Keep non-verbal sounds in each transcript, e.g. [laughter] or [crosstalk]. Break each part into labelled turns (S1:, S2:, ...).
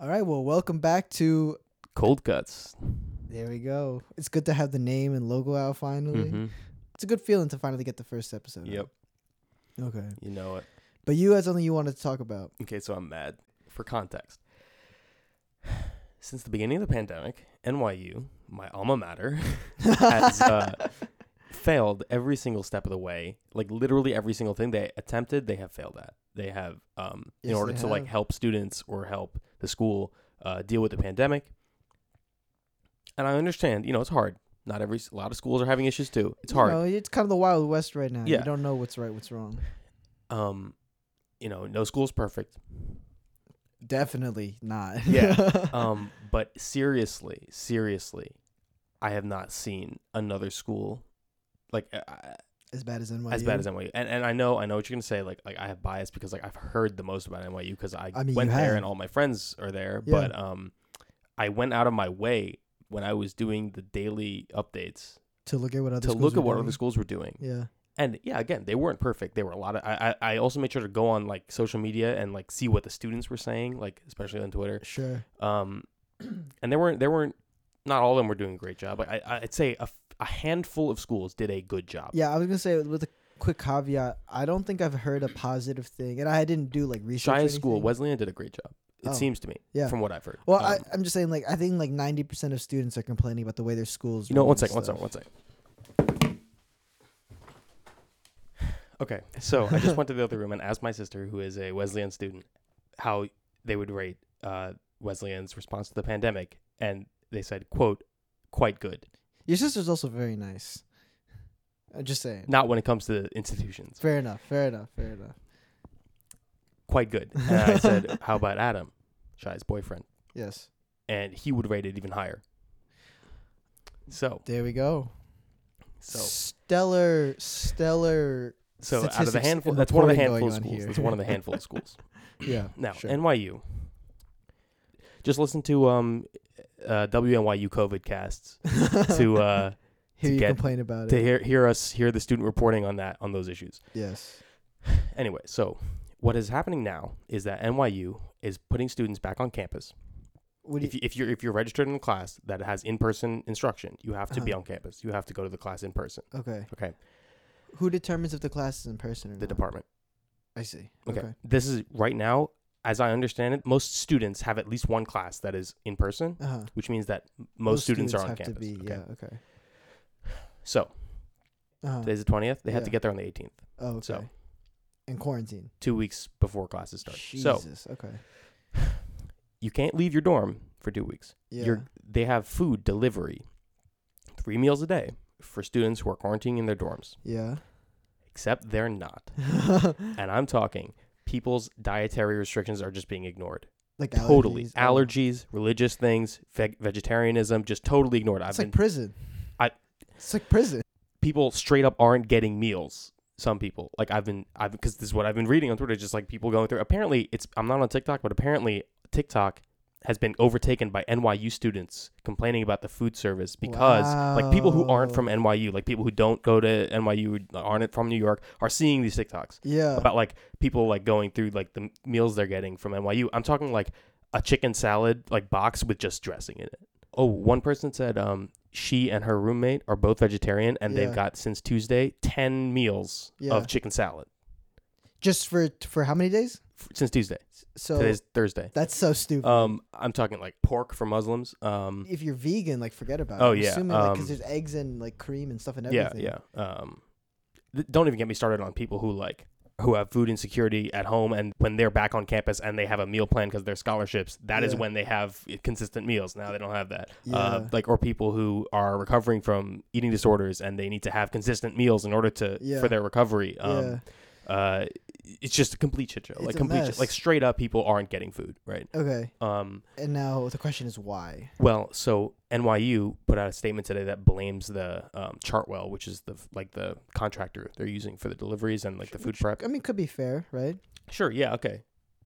S1: All right. Well, welcome back to.
S2: Cold cuts.
S1: There we go. It's good to have the name and logo out finally.
S2: hmm
S1: It's a good feeling to finally get the first episode. out.
S2: Yep.
S1: Okay.
S2: You know it.
S1: But you had something you wanted to talk about.
S2: Okay, so I'm mad. For context, [sighs] since the beginning of the pandemic, NYU, my alma mater, [laughs]
S1: [laughs]
S2: has uh, failed every single step of the way. Like literally every single thing they attempted, they have failed at. They have, um, in
S1: Yes,
S2: order
S1: they
S2: to like
S1: have.
S2: help students or help the school uh, deal with the pandemic. And I understand, you know, it's hard. Not every a lot of schools are having issues too. It's hard.
S1: You know, it's kind of the wild west right now.
S2: Yeah.
S1: You don't know what's right, what's wrong.
S2: Um, you know, no school's perfect.
S1: Definitely not. [laughs]
S2: Yeah. um, but seriously, seriously, I have not seen another school like uh,
S1: as bad as NYU.
S2: as bad as NYU. And and I know I know what you're gonna say. Like like I have bias because like I've heard the most about NYU because I,
S1: I mean,
S2: went
S1: you
S2: there
S1: have.
S2: and all my friends are there.
S1: Yeah.
S2: But um, I went out of my way when I was doing the daily updates
S1: to look at what other
S2: to
S1: schools
S2: look
S1: are
S2: at what
S1: doing.
S2: other schools were doing.
S1: Yeah.
S2: And yeah, again, they weren't perfect. They were a lot of. I, I I also made sure to go on like social media and like see what the students were saying, like especially on Twitter.
S1: Sure.
S2: Um, and there weren't there weren't not all of them were doing a great job. I I- I'd say a, f- a handful of schools did a good job.
S1: Yeah, I was gonna say with a quick caveat, I don't think I've heard a positive thing, and I didn't do like research. or
S2: Shia's school,
S1: anything.
S2: Wesleyan did a great job. It
S1: Oh,
S2: seems to me,
S1: yeah.
S2: from what I've heard.
S1: Well,
S2: Um,
S1: I, I'm just saying, like, I think like 90% of students are complaining about the way their schools.
S2: you know,
S1: run
S2: one
S1: and
S2: second, one
S1: stuff.
S2: second, one second. Okay, so I just went to the other room and asked my sister, who is a Wesleyan student, how they would rate uh, Wesleyan's response to the pandemic, and they said, "quote quite good."
S1: Your sister's also very nice. I'm just saying.
S2: Not when it comes to institutions.
S1: Fair enough. Fair enough. Fair enough.
S2: quite
S1: [laughs]
S2: good. And I said, How about Adam, Shai's boyfriend?
S1: Yes.
S2: And he would rate it even higher. So,
S1: There we go.
S2: so,
S1: stellar, stellar.
S2: so out of the
S1: statistics
S2: handful,
S1: and
S2: that's one of the
S1: reporting
S2: handful
S1: going
S2: of
S1: on
S2: schools.
S1: here.
S2: That's one of the
S1: [laughs]
S2: handful of schools.
S1: Yeah.
S2: [clears throat] Now,
S1: sure. [laughs]
S2: NYU. Just listen to um, uh, WNYU COVID casts
S1: [laughs]
S2: to uh,
S1: Hear
S2: to
S1: you
S2: get-
S1: complain about
S2: to
S1: it.
S2: hear hear us hear the student reporting on that on those issues.
S1: Yes.
S2: Anyway, so what is happening now is that NYU is putting students back on campus.
S1: What do
S2: if, you, if you're if you're registered in a class that has in-person instruction, you have to be
S1: Uh-huh.
S2: on campus. You have to go to the class in person.
S1: you- okay.
S2: Okay,
S1: Who determines if the class is in person or
S2: the
S1: not?
S2: department.
S1: I see.
S2: Okay.
S1: Uh-huh. Okay.
S2: this is right now, as I understand it, most students have at least one class that is in person,
S1: Uh huh.
S2: which means that m- most, students, are on
S1: have
S2: campus.
S1: To be,
S2: okay?
S1: Yeah. Okay.
S2: So
S1: Uh-huh.
S2: today's the twentieth. They had to
S1: Yeah.
S2: get there on the eighteenth,
S1: oh, okay.
S2: so-
S1: in quarantine.
S2: two weeks before classes start. So
S1: Jesus. okay.
S2: you can't leave your dorm for two weeks.
S1: Yeah.
S2: You're, they have food delivery, three meals a day for students who are quarantining in their dorms.
S1: yeah. [laughs]
S2: Except they're not. and I'm talking people's dietary restrictions are just being ignored.
S1: like
S2: Totally.
S1: allergies. Oh.
S2: Allergies, religious things, veg- vegetarianism, just totally ignored. I've
S1: It's
S2: been
S1: like prison.
S2: I-
S1: It's like prison.
S2: people straight up aren't getting meals. Some people, like I've been, I've because this is what I've been reading on Twitter, just like people going through. Apparently, it's I'm not on TikTok, but apparently TikTok has been overtaken by NYU students complaining about the food service because like people who aren't
S1: Wow.
S2: from NYU, like people who don't go to NYU, aren't from New York, are seeing these TikToks.
S1: Yeah.
S2: about like people like going through like the meals they're getting from NYU. I'm talking like a chicken salad like box with just dressing in it. Oh, one person said um she and her roommate are both vegetarian and
S1: Yeah.
S2: they've got since Tuesday 10 meals
S1: Yeah.
S2: of chicken salad
S1: Just for for how many days?
S2: f- since Tuesday.
S1: So
S2: Today's Thursday.
S1: that's so stupid.
S2: Um I'm talking like pork for Muslims. Um
S1: if you're vegan, like forget about
S2: Oh,
S1: it. I'm
S2: yeah,
S1: Assuming like 'cause
S2: um,
S1: there's eggs and like cream and stuff and
S2: yeah,
S1: everything.
S2: yeah. Um th- don't even get me started on people who like who have food insecurity at home and when they're back on campus and they have a meal plan because they're scholarships That is
S1: Yeah.
S2: when they have consistent meals now they don't have that
S1: Yeah.
S2: uh, like or people who are recovering from eating disorders and they need to have consistent meals in order to
S1: Yeah.
S2: for their recovery
S1: yeah.
S2: um uh it's just a complete shit show
S1: It's
S2: like
S1: a
S2: complete shit,
S1: mess.
S2: like straight up people aren't getting food right
S1: Okay.
S2: um
S1: And now the question is why?
S2: well, so NYU put out a statement today that blames the um, Chartwell, which is the like the contractor they're using for the deliveries and like the food prep.
S1: I mean, could be fair, right?
S2: Sure, yeah, okay,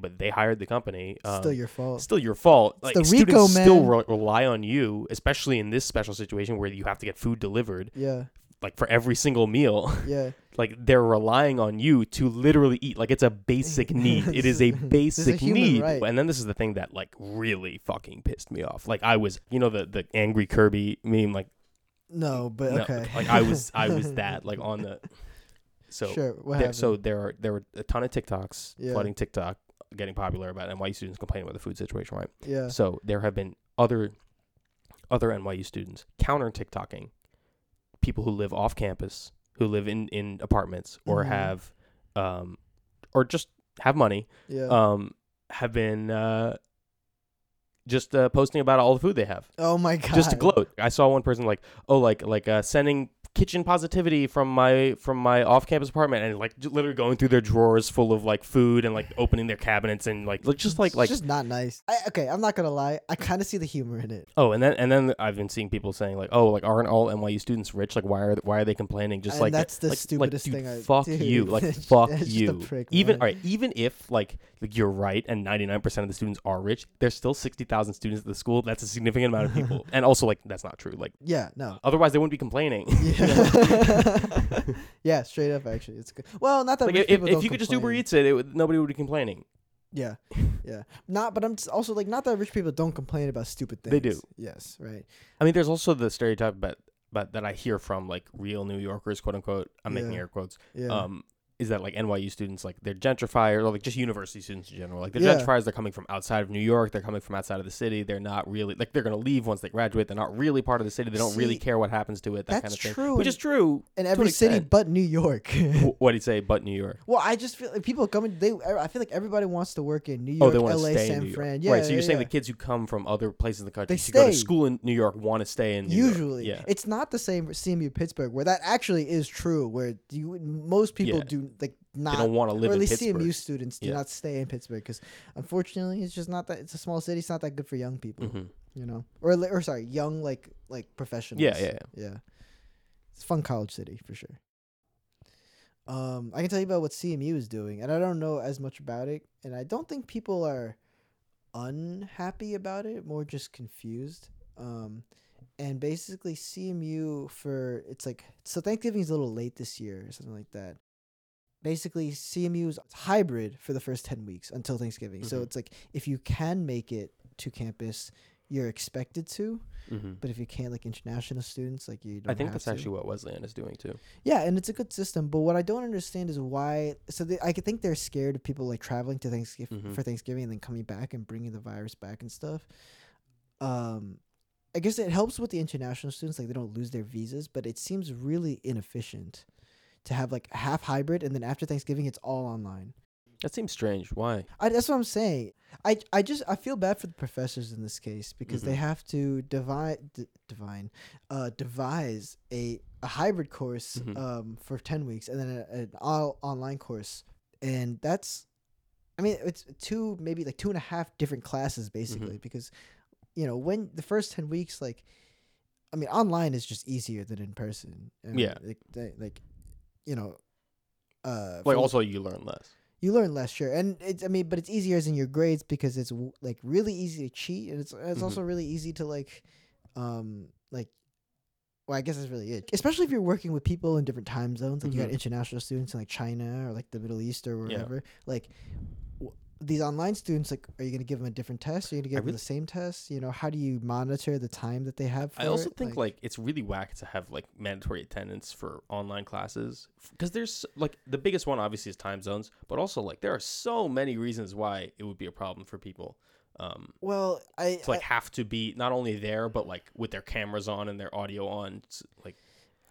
S2: but they hired the company.
S1: It's
S2: Um,
S1: still your fault.
S2: still your fault.
S1: It's
S2: Like
S1: the
S2: students
S1: Rico,
S2: still
S1: man.
S2: re- rely on you, especially in this special situation where you have to get food delivered,
S1: yeah.
S2: like for every single meal.
S1: Yeah.
S2: Like they're relying on you to literally eat. Like it's
S1: [laughs]
S2: a basic need. It is a basic
S1: human
S2: need.
S1: right.
S2: And then this is the thing that like really fucking pissed me off. Like I was, you know, the the angry Kirby meme. Like [laughs]
S1: No, but
S2: no,
S1: okay.
S2: like I was,
S1: [laughs]
S2: I was that. Like on the so
S1: sure. What
S2: there,
S1: happened?
S2: so there are there were a ton of TikToks
S1: Yeah.
S2: flooding TikTok, getting popular about NYU students complaining about the food situation, right?
S1: yeah.
S2: So there have been other other NYU students counter TikToking people who live off campus, who live in in apartments or
S1: Mhm.
S2: have um or just have money,
S1: yeah.
S2: um have been uh just uh, posting about all the food they have
S1: oh my god.
S2: just to gloat. I saw one person like, oh, like like uh, sending kitchen positivity from my from my off campus apartment, and like j- literally going through their drawers full of like food and like opening their cabinets and like like just like
S1: It's
S2: like
S1: just not nice. I, okay, I'm not gonna lie. I kind of see the humor in it.
S2: oh, and then and then I've been seeing people saying like, oh, like aren't all NYU students rich? Like why are why are they complaining? Just
S1: And
S2: like
S1: that's the
S2: like,
S1: stupidest
S2: like, dude,
S1: thing I-
S2: fuck
S1: dude, [laughs]
S2: you, like
S1: that's
S2: fuck
S1: just a
S2: you.
S1: prick,
S2: even
S1: man.
S2: all right, even if like, like you're right and 99 percent of the students are rich, there's still 60,000 students at the school. That's a significant
S1: [laughs]
S2: amount of people, and also like that's not true. Like
S1: Yeah. [laughs] No.
S2: otherwise they wouldn't be complaining.
S1: Yeah. [laughs] yeah. Straight up, actually, it's good. Well, not that
S2: [laughs] like
S1: rich
S2: if, if you
S1: people don't
S2: could just Uber
S1: complain.
S2: Eats it, it would, nobody would be complaining.
S1: Yeah, yeah. Not, but I'm s- also like not that rich people don't complain about stupid things.
S2: They do.
S1: Yes, right.
S2: I mean, there's also the stereotype, but but that I hear from like real New Yorkers, quote unquote. I'm making
S1: Yeah.
S2: air quotes.
S1: Yeah.
S2: Um, is that like NYU students like they're gentrifiers or like just university students in general? Like they're
S1: Yeah.
S2: gentrifiers. They're coming from outside of New York. They're coming from outside of the city. They're not really like they're gonna leave once they graduate. They're not really part of the city. They don't really
S1: See,
S2: care what happens to it. That kind
S1: that's
S2: of thing,
S1: true,
S2: which
S1: and-
S2: is true.
S1: in
S2: to an
S1: every city
S2: extent.
S1: but New York. [laughs]
S2: what do you say? But New York.
S1: well, I just feel like people coming. They, I feel like everybody wants to work in New
S2: Oh,
S1: York,
S2: they want to
S1: L.A.,
S2: stay in
S1: San
S2: New York.
S1: Fran. Yeah,
S2: right. So you're
S1: yeah,
S2: saying
S1: yeah.
S2: the kids who come from other places in the country
S1: They
S2: to go to
S1: stay.
S2: school in New York want to stay in New York.
S1: Usually,
S2: Yeah.
S1: it's not the same. CMU Pittsburgh, where that actually is true, where you most people
S2: Yeah.
S1: do like
S2: They
S1: not
S2: don't want to live
S1: or at
S2: in
S1: least
S2: Pittsburgh.
S1: CMU students do
S2: Yeah.
S1: not stay in Pittsburgh because unfortunately it's just not that it's a small city. It's not that good for young people,
S2: Mhm.
S1: you know, or li- or sorry, young like like professionals.
S2: Yeah, yeah,
S1: yeah. It's a fun college city for sure. Um, I can tell you about what CMU is doing, and I don't know as much about it, and I don't think people are unhappy about it, more just confused. Um, and basically CMU for it's like so Thanksgiving's a little late this year or something like that. Basically, CMU's hybrid for the first ten weeks until Thanksgiving. So
S2: Mhm.
S1: it's like if you can make it to campus, you're expected to.
S2: Mm-hmm.
S1: But if you can't, like international students, like you don't.
S2: I think
S1: have
S2: that's
S1: to.
S2: actually what Wesleyan is doing too.
S1: Yeah, and it's a good system. But what I don't understand is why. So they, I could think they're scared of people like traveling to Thanksgiving
S2: Mhm.
S1: for Thanksgiving and then coming back and bringing the virus back and stuff. Um, I guess it helps with the international students, like they don't lose their visas. But it seems really inefficient to have like half hybrid and then after Thanksgiving it's all online.
S2: That seems strange. Why?
S1: I, that's what I'm saying. I, I just I feel bad for the professors in this case because they
S2: Mhm.
S1: have to divide, d- divine, uh, devise a, a hybrid course
S2: Mhm.
S1: um, for ten weeks and then a, an all online course, and that's, I mean, it's two maybe like two and a half different classes
S2: Mm-hmm.
S1: basically because, you know, when the first ten weeks like, I mean, online is just easier than in person. I mean,
S2: Yeah.
S1: like, they- like, you know, uh, for-
S2: Like also you learn less.
S1: you learn less sure and it's i mean but it's easier as in your grades because it's w- like really easy to cheat and it's it's
S2: Mhm.
S1: also really easy to like um like well i guess that's really it especially if you're working with people in different time zones like you got
S2: Mhm.
S1: international students in like china or like the middle east or
S2: Yeah.
S1: wherever like w- these online students like are you going to give them a different test are you going to give them
S2: really-
S1: the same test you know how do you monitor the time that they have for
S2: I also
S1: it?
S2: think like, it's really whack to have like mandatory attendance for online classes because there's like the biggest one obviously is time zones, but also like there are so many reasons why it would be a problem for people. Um,
S1: well i
S2: to like have to be not only there but like with their cameras on and their audio on. It's, like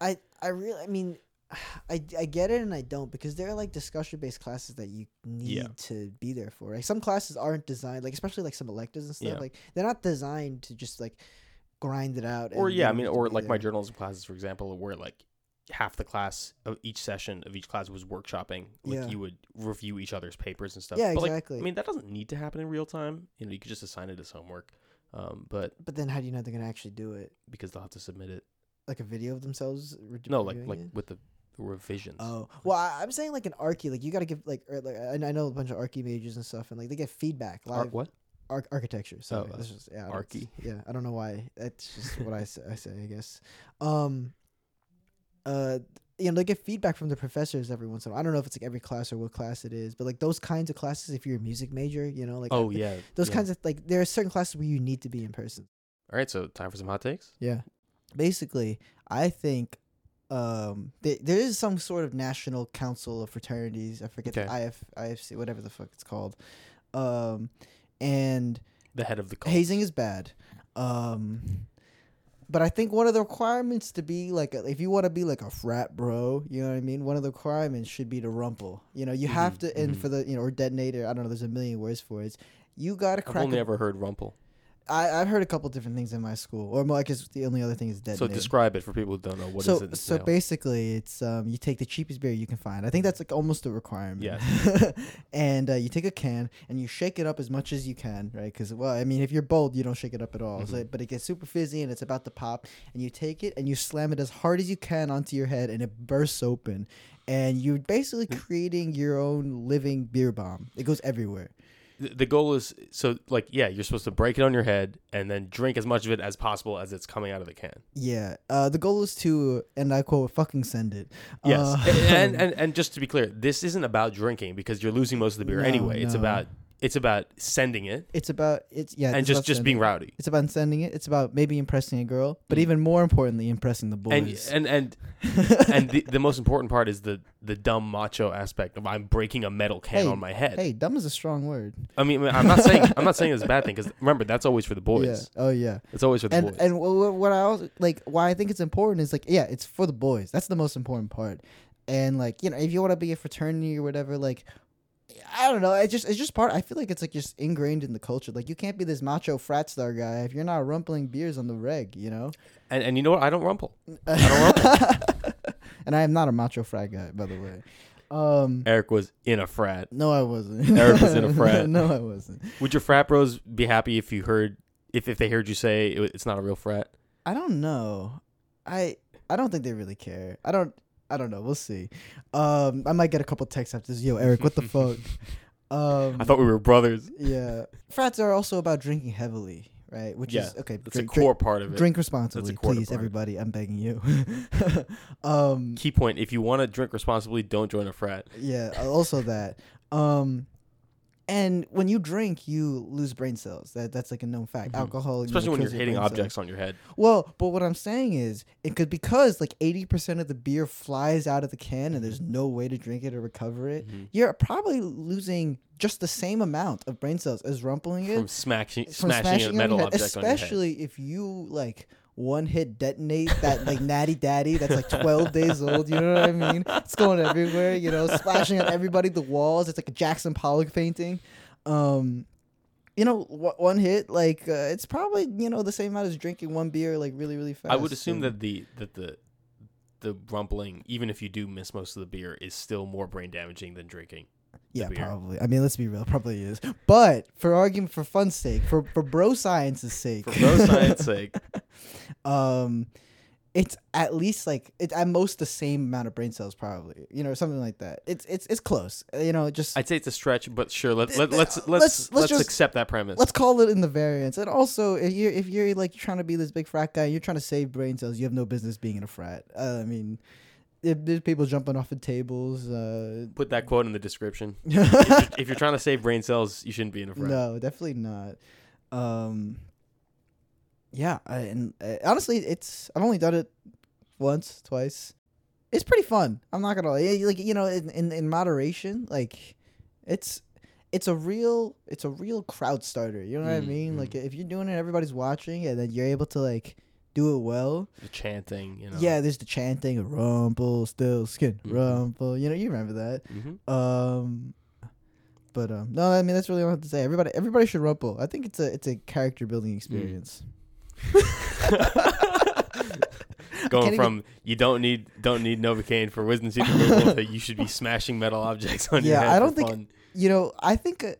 S1: I I really I mean [sighs] I, I get it and I don't because there are like discussion based classes that you need
S2: Yeah.
S1: to be there for. Like some classes aren't designed like especially like some electives and stuff
S2: Yeah.
S1: like they're not designed to just like grind it out.
S2: or
S1: and
S2: yeah, I
S1: you
S2: mean
S1: have to
S2: or
S1: be
S2: like my
S1: there.
S2: journalism classes for example where like half the class of each session of each class was workshopping like
S1: Yeah.
S2: you would review each other's papers and stuff
S1: Yeah,
S2: But, like,
S1: exactly.
S2: I mean, that doesn't need to happen in real time. You know, you could just assign it as homework, um, but
S1: but then how do you know they're gonna actually do it?
S2: because they'll have to submit it.
S1: Like a video of themselves? re-
S2: No, like
S1: reviewing
S2: like
S1: it?
S2: with the revisions.
S1: Oh well, I, I'm saying like an archie, like you got to give like, or, like and I know a bunch of archie majors and stuff, and like they get feedback
S2: Ar-
S1: live
S2: what?
S1: Arch- architecture. So
S2: uh,
S1: that's just yeah, I don't-
S2: archy.
S1: Yeah, I don't
S2: [laughs]
S1: know why. That's just what I say, I say. I guess. Um. Uh, you know they get feedback from the professors every once in a while. I don't know if it's like every class or what class it is, but like those kinds of classes, if you're a music major, you know, like
S2: oh
S1: th-
S2: yeah.
S1: [laughs] those
S2: yeah.
S1: kinds of like there are certain classes where you need to be in person.
S2: All right, so time for some hot takes.
S1: Yeah. Basically, I think um th- there is some sort of national council of fraternities. I forget the
S2: Okay.
S1: IF IFC whatever the fuck it's called. Um and
S2: The head of the cult.
S1: hazing is bad. Um but I think one of the requirements to be like a, if you want to be like a frat bro, you know what I mean? One of the requirements should be to rumple. You know, you have
S2: Mhm,
S1: to and
S2: mhm.
S1: for the you know or detonator, I don't know, there's a million words for it. You gotta
S2: I've
S1: crack.
S2: only
S1: a-
S2: ever heard Rumple.
S1: I, I've heard a couple different things in my school, or more, I guess the only other thing is
S2: So
S1: detonator.
S2: describe it for people who don't know. What is
S1: so,
S2: it?
S1: so
S2: entail?
S1: basically, it's um, you take the cheapest beer you can find. I think that's like almost a requirement.
S2: Yes.
S1: [laughs] and uh, you take a can and you shake it up as much as you can, right? Because well, I mean, if you're bold, you don't shake it up at all.
S2: Mm-hmm.
S1: So, but it gets super fizzy and it's about to pop. And you take it and you slam it as hard as you can onto your head, and it bursts open. And you're basically
S2: Mm.
S1: creating your own living beer bomb. It goes everywhere.
S2: Th- the goal is so like yeah, you're supposed to break it on your head and then drink as much of it as possible as it's coming out of the can.
S1: Yeah. Uh, the goal is to, and I quote, "fucking send it."
S2: Yes,
S1: Uh,
S2: and,
S1: [laughs]
S2: and and just to be clear, this isn't about drinking because you're losing most of the beer
S1: No,
S2: anyway. It's
S1: no.
S2: about it's about sending it
S1: it's about it's yeah,
S2: and
S1: it's
S2: just
S1: about
S2: just
S1: sending.
S2: being rowdy.
S1: It's about sending it. It's about maybe impressing a girl, but
S2: Mm.
S1: even more importantly, impressing the
S2: And,
S1: boys.
S2: and and and the, the most important part is the the dumb macho aspect of I'm breaking a metal can
S1: Hey,
S2: on my [laughs]
S1: [laughs]
S2: head.
S1: hey, dumb is a strong word.
S2: I mean, I'm not saying I'm not saying it's a bad thing because remember that's always for the boys.
S1: Yeah. Oh yeah.
S2: It's always for the
S1: And
S2: boys.
S1: and what, what I also like, why I think it's important is like, yeah, it's for the boys. That's the most important part. And like, you know, if you want to be a fraternity or whatever, like, I don't know. It's just it's just part. I feel like it's like just ingrained in the culture. Like, you can't be this macho frat star guy if you're not rumpling beers on the reg. You know.
S2: and and you know what? I don't rumple.
S1: Mm. [laughs] and I am not a macho frat guy, by the way. Um,
S2: Eric was in a frat.
S1: no, I wasn't.
S2: Eric was in
S1: [laughs]
S2: a frat.
S1: no, I wasn't.
S2: Would your frat bros be happy if you heard if if they heard you say it, wa- it's not a real frat?
S1: I don't know. I I don't think they really care. I don't. I don't know. We'll see. Um, I might get a couple texts after this. Yo, Eric, what
S2: [laughs]
S1: the fuck? Um,
S2: I thought we were brothers.
S1: yeah, frats are also about drinking heavily, right? Which is
S2: Yeah,
S1: okay.
S2: That's
S1: drink-
S2: a core part of it.
S1: Drink, drink responsibly,
S2: core
S1: please,
S2: part.
S1: everybody. I'm begging you. [laughs] um,
S2: Key point: If you want to drink responsibly, don't join a frat.
S1: yeah uh, also that um and when you drink you lose brain cells that that's like a known fact
S2: Mhm.
S1: alcohol you know,
S2: Especially when you're
S1: kills your
S2: hitting
S1: brain
S2: objects
S1: cells.
S2: on your head.
S1: well but what i'm saying is it could because like 80% of the beer flies out of the can and there's no way to drink it or recover it
S2: Mhm.
S1: you're probably losing just the same amount of brain cells as rumpling it
S2: From smashing,
S1: from
S2: smashing, a
S1: on
S2: metal
S1: your head,
S2: object on
S1: especially if you like one hit detonate that like natty daddy that's like 12 days old you know what i mean it's going everywhere you know splashing on everybody the walls it's like a jackson pollock painting um you know wh- one hit like uh, it's probably you know the same amount as drinking one beer like really really
S2: your
S1: fast
S2: head. I would assume
S1: and-
S2: that the that the the rumpling, even if you do miss most of the beer, is still more brain damaging than drinking.
S1: yeah
S2: beer.
S1: probably i mean let's be real probably is but for argument for fun's sake for for bro science's sake [laughs]
S2: For bro science sake,
S1: um it's at least like it, at most the same amount of brain cells probably you know something like that it's it's it's close uh, you know just
S2: I'd say it's a stretch, but sure. Let,
S1: Th-
S2: let,
S1: th- uh,
S2: let's let's
S1: let's-
S2: let's,
S1: let's just-
S2: accept that premise.
S1: let's call it in the variance and also if you're if you're like trying to be this big frat guy you're trying to save brain cells you have no business being in a frat uh, i mean if there's people jumping off of tables uh [laughs]
S2: Put that quote in the description. if, you're, if you're trying to save brain cells, you shouldn't be in a frat.
S1: No, definitely not. Um, yeah, I, and uh, honestly, it's I've only done it once, twice. It's pretty fun. I'm not gonna lie. Yeah, like you know, in, in in moderation, like it's it's a real it's a real crowd starter. You know what I
S2: Mm,
S1: mean?
S2: mm.
S1: Like if you're doing it, everybody's watching, and then you're able to like do it well.
S2: The chanting, you know.
S1: Yeah, there's the chanting, rumble, still skin,
S2: Mhm.
S1: rumble. You know, you remember that.
S2: hmm
S1: Um, but um, no, I mean that's really all I have to say. Everybody, everybody should rumple. I think it's a it's a character building
S2: Mm.
S1: experience.
S2: Going
S1: even-
S2: from you don't need don't need novocaine for wisdom teeth removal to you should be smashing metal objects on your
S1: Yeah,
S2: head.
S1: I
S2: for
S1: don't think-
S2: fun.
S1: You know, I think uh,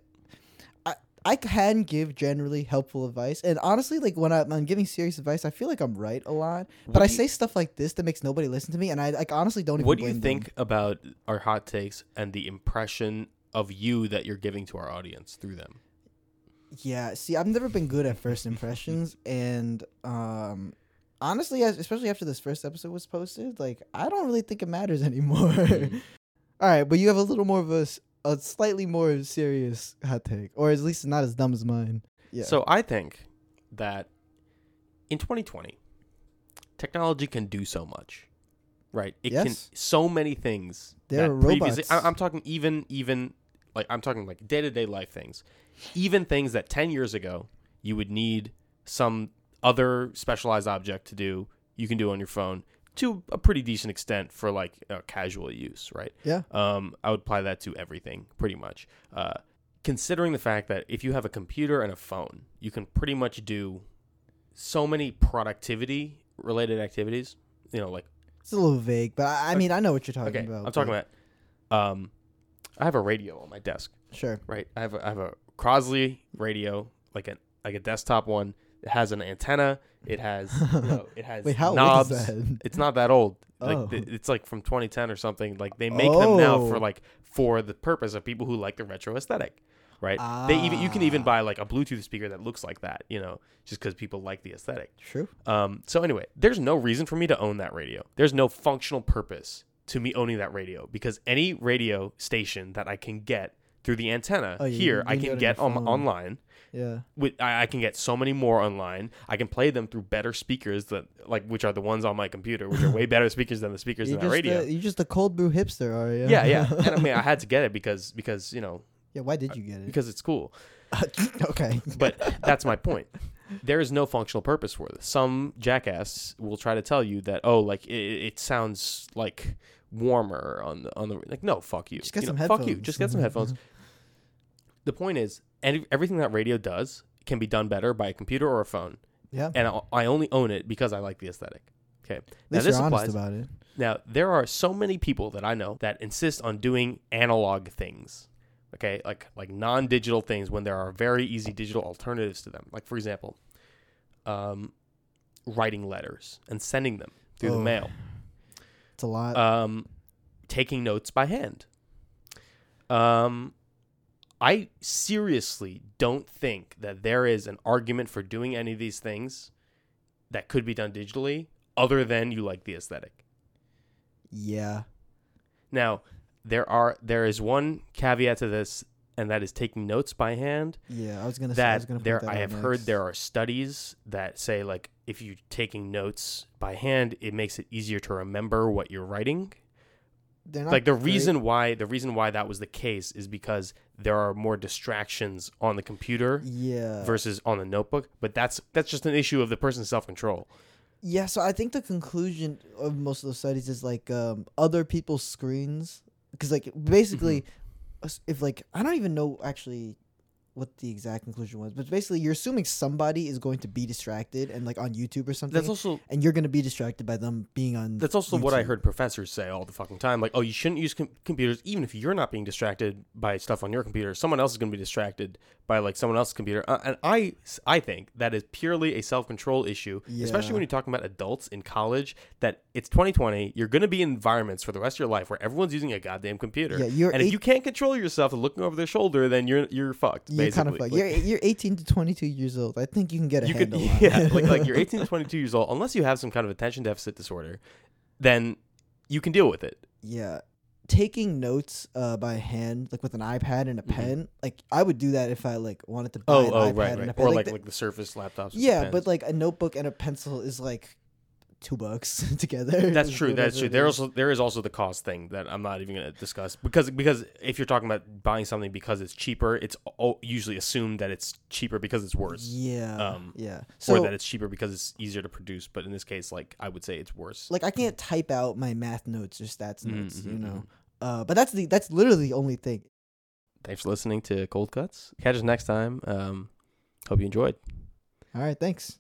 S1: I I can give generally helpful advice, and honestly, like when I, I'm giving serious advice, I feel like I'm right a lot. But
S2: What
S1: I
S2: do you-
S1: say stuff like this that makes nobody listen to me, and I like honestly don't. Even
S2: What do you
S1: blame them.
S2: think about our hot takes and the impression of you that you're giving to our audience through them?
S1: Yeah, see, I've never been good at first impressions, and um, honestly, as- especially after this first episode was posted, like I don't really think it matters [laughs] anymore.
S2: Mhm.
S1: All right, but you have a little more of a, s- a slightly more serious hot take, or at least not as dumb as mine. Yeah.
S2: So I think that in 2020, technology can do so much, right? It can
S1: Yes.
S2: so many things.
S1: There
S2: that
S1: are robots.
S2: I, I'm talking even even like I'm talking like day to day life things, even things that 10 years ago you would need some other specialized object to do. You can do on your phone to a pretty decent extent for like uh, casual use, right?
S1: yeah,
S2: Um, I would apply that to everything pretty much. Uh, considering the fact that if you have a computer and a phone, you can pretty much do so many productivity related activities. You know, like
S1: it's a little vague, but I, I
S2: Okay.
S1: mean I know what you're talking
S2: okay,
S1: about.
S2: I'm talking
S1: but-
S2: about. Um, I have a radio on my desk,
S1: sure.
S2: right? I have a, I have a Crosley radio, like a like a desktop one. It has an antenna. It has
S1: [laughs]
S2: you know, it has
S1: Wait, how
S2: knobs.
S1: old is that? [laughs]
S2: It's not that old. Like
S1: Oh.
S2: th- it's like from 2010 or something. Like they make them now for
S1: Oh.
S2: like for the purpose of people who like the retro aesthetic, right? They even you can even
S1: Ah.
S2: buy like a Bluetooth speaker that looks like that, you know, just because people like the aesthetic.
S1: True.
S2: Um, so anyway, there's no reason for me to own that radio. There's no functional purpose to me owning that radio because any radio station that I can get through the antenna
S1: Oh, you-
S2: here,
S1: you
S2: I
S1: can
S2: can
S1: get
S2: get
S1: it on your
S2: on,
S1: phone.
S2: online
S1: Yeah.
S2: with I, I can get so many more online. I can play them through better speakers that like which are the ones on my computer, which are way
S1: [laughs]
S2: better speakers than the speakers
S1: You're
S2: in that
S1: just, uh,
S2: radio.
S1: a, you're just a cold brew hipster, are you?
S2: yeah, yeah. And I mean, I had to get it because because you know
S1: [laughs] yeah. Why did you get
S2: [laughs]
S1: it?
S2: because it's cool.
S1: okay.
S2: But that's my point. There is no functional purpose for this. Some jackass will try to tell you that oh, like it, it sounds like warmer on the on the like no fuck you
S1: Just get
S2: You know,
S1: some
S2: fuck you
S1: headphones.
S2: just get some
S1: [laughs]
S2: headphones. The point is, and everything that radio does can be done better by a computer or a phone.
S1: Yeah.
S2: and I- I only own it because I like the aesthetic. Okay.
S1: At
S2: Now
S1: least
S2: this
S1: you're honest
S2: applies.
S1: about it.
S2: Now there are so many people that I know that insist on doing analog things. Okay, like like non-digital things when there are very easy digital alternatives to them. Like for example, um, writing letters and sending them through the
S1: Oh.
S2: mail.
S1: It's a lot.
S2: Um, taking notes by hand. Um, I seriously don't think that there is an argument for doing any of these things that could be done digitally other than you like the aesthetic.
S1: yeah.
S2: Now, there are there is one caveat to this and that is taking notes by hand
S1: Yeah. I was gonna. say, I was
S2: that
S1: gonna put
S2: there
S1: that
S2: I
S1: on
S2: have heard
S1: next.
S2: there are studies that say like if you're taking notes by hand it makes it easier to remember what you're writing
S1: They're not
S2: like the
S1: great.
S2: reason why the reason why that was the case is because there are more distractions on the computer
S1: Yeah.
S2: versus on the notebook but that's that's just an issue of the person's self-control
S1: Yeah, so I think the conclusion of most of those studies is like um, other people's screens, because like basically,
S2: Mm-hmm.
S1: us- if like I don't even know actually what the exact conclusion was, but basically you're assuming somebody is going to be distracted and like on YouTube or something,
S2: that's also
S1: and you're going to be distracted by them being on.
S2: that's also what i
S1: YouTube.
S2: heard professors say all the fucking time like oh you shouldn't use com- computers even if you're not being distracted by stuff on your computer someone else is going to be distracted by like someone else's computer uh, and i i think that is purely a self-control issue especially
S1: Yeah.
S2: when you're talking about adults in college that it's 2020 you're going to be in environments for the rest of your life where everyone's using a goddamn computer
S1: Yeah, you're
S2: and if
S1: eight-
S2: you can't control yourself and looking over their shoulder, then you're you're fucked.
S1: You're kind of
S2: basically.
S1: like
S2: Like,
S1: you're you're 18 to 22 years old. I think you can get a
S2: you could
S1: handle. on
S2: [laughs] yeah,
S1: it.
S2: like like
S1: [laughs]
S2: you're 18 to 22 years old. Unless you have some kind of attention deficit disorder, then you can deal with it.
S1: Yeah. Taking notes uh, by hand, like with an iPad and a
S2: Mhm.
S1: pen, like I would do that if I like wanted to buy
S2: Oh
S1: an
S2: oh
S1: iPad
S2: right
S1: and
S2: right
S1: a pen.
S2: or like
S1: the-
S2: like the Surface laptops. with the
S1: yeah,
S2: pens.
S1: but like a notebook and a pencil is like two bucks [laughs] together.
S2: that's
S1: is
S2: true. That's
S1: whatever
S2: true.
S1: it
S2: There
S1: is.
S2: also there is also the cost thing that I'm not even going to discuss because because if you're talking about buying something because it's cheaper, it's al- usually assumed that it's cheaper because it's worse.
S1: yeah,
S2: um,
S1: yeah.
S2: or
S1: So
S2: that it's cheaper because it's easier to produce, but in this case, like I would say, it's worse.
S1: like I can't type out my math notes or stats
S2: Mm,
S1: notes, you
S2: mhm,
S1: know. Uh, but that's the that's literally the only thing.
S2: Thanks for listening to Cold Cuts. Catch us next time. Um, hope you enjoyed.
S1: All right, thanks.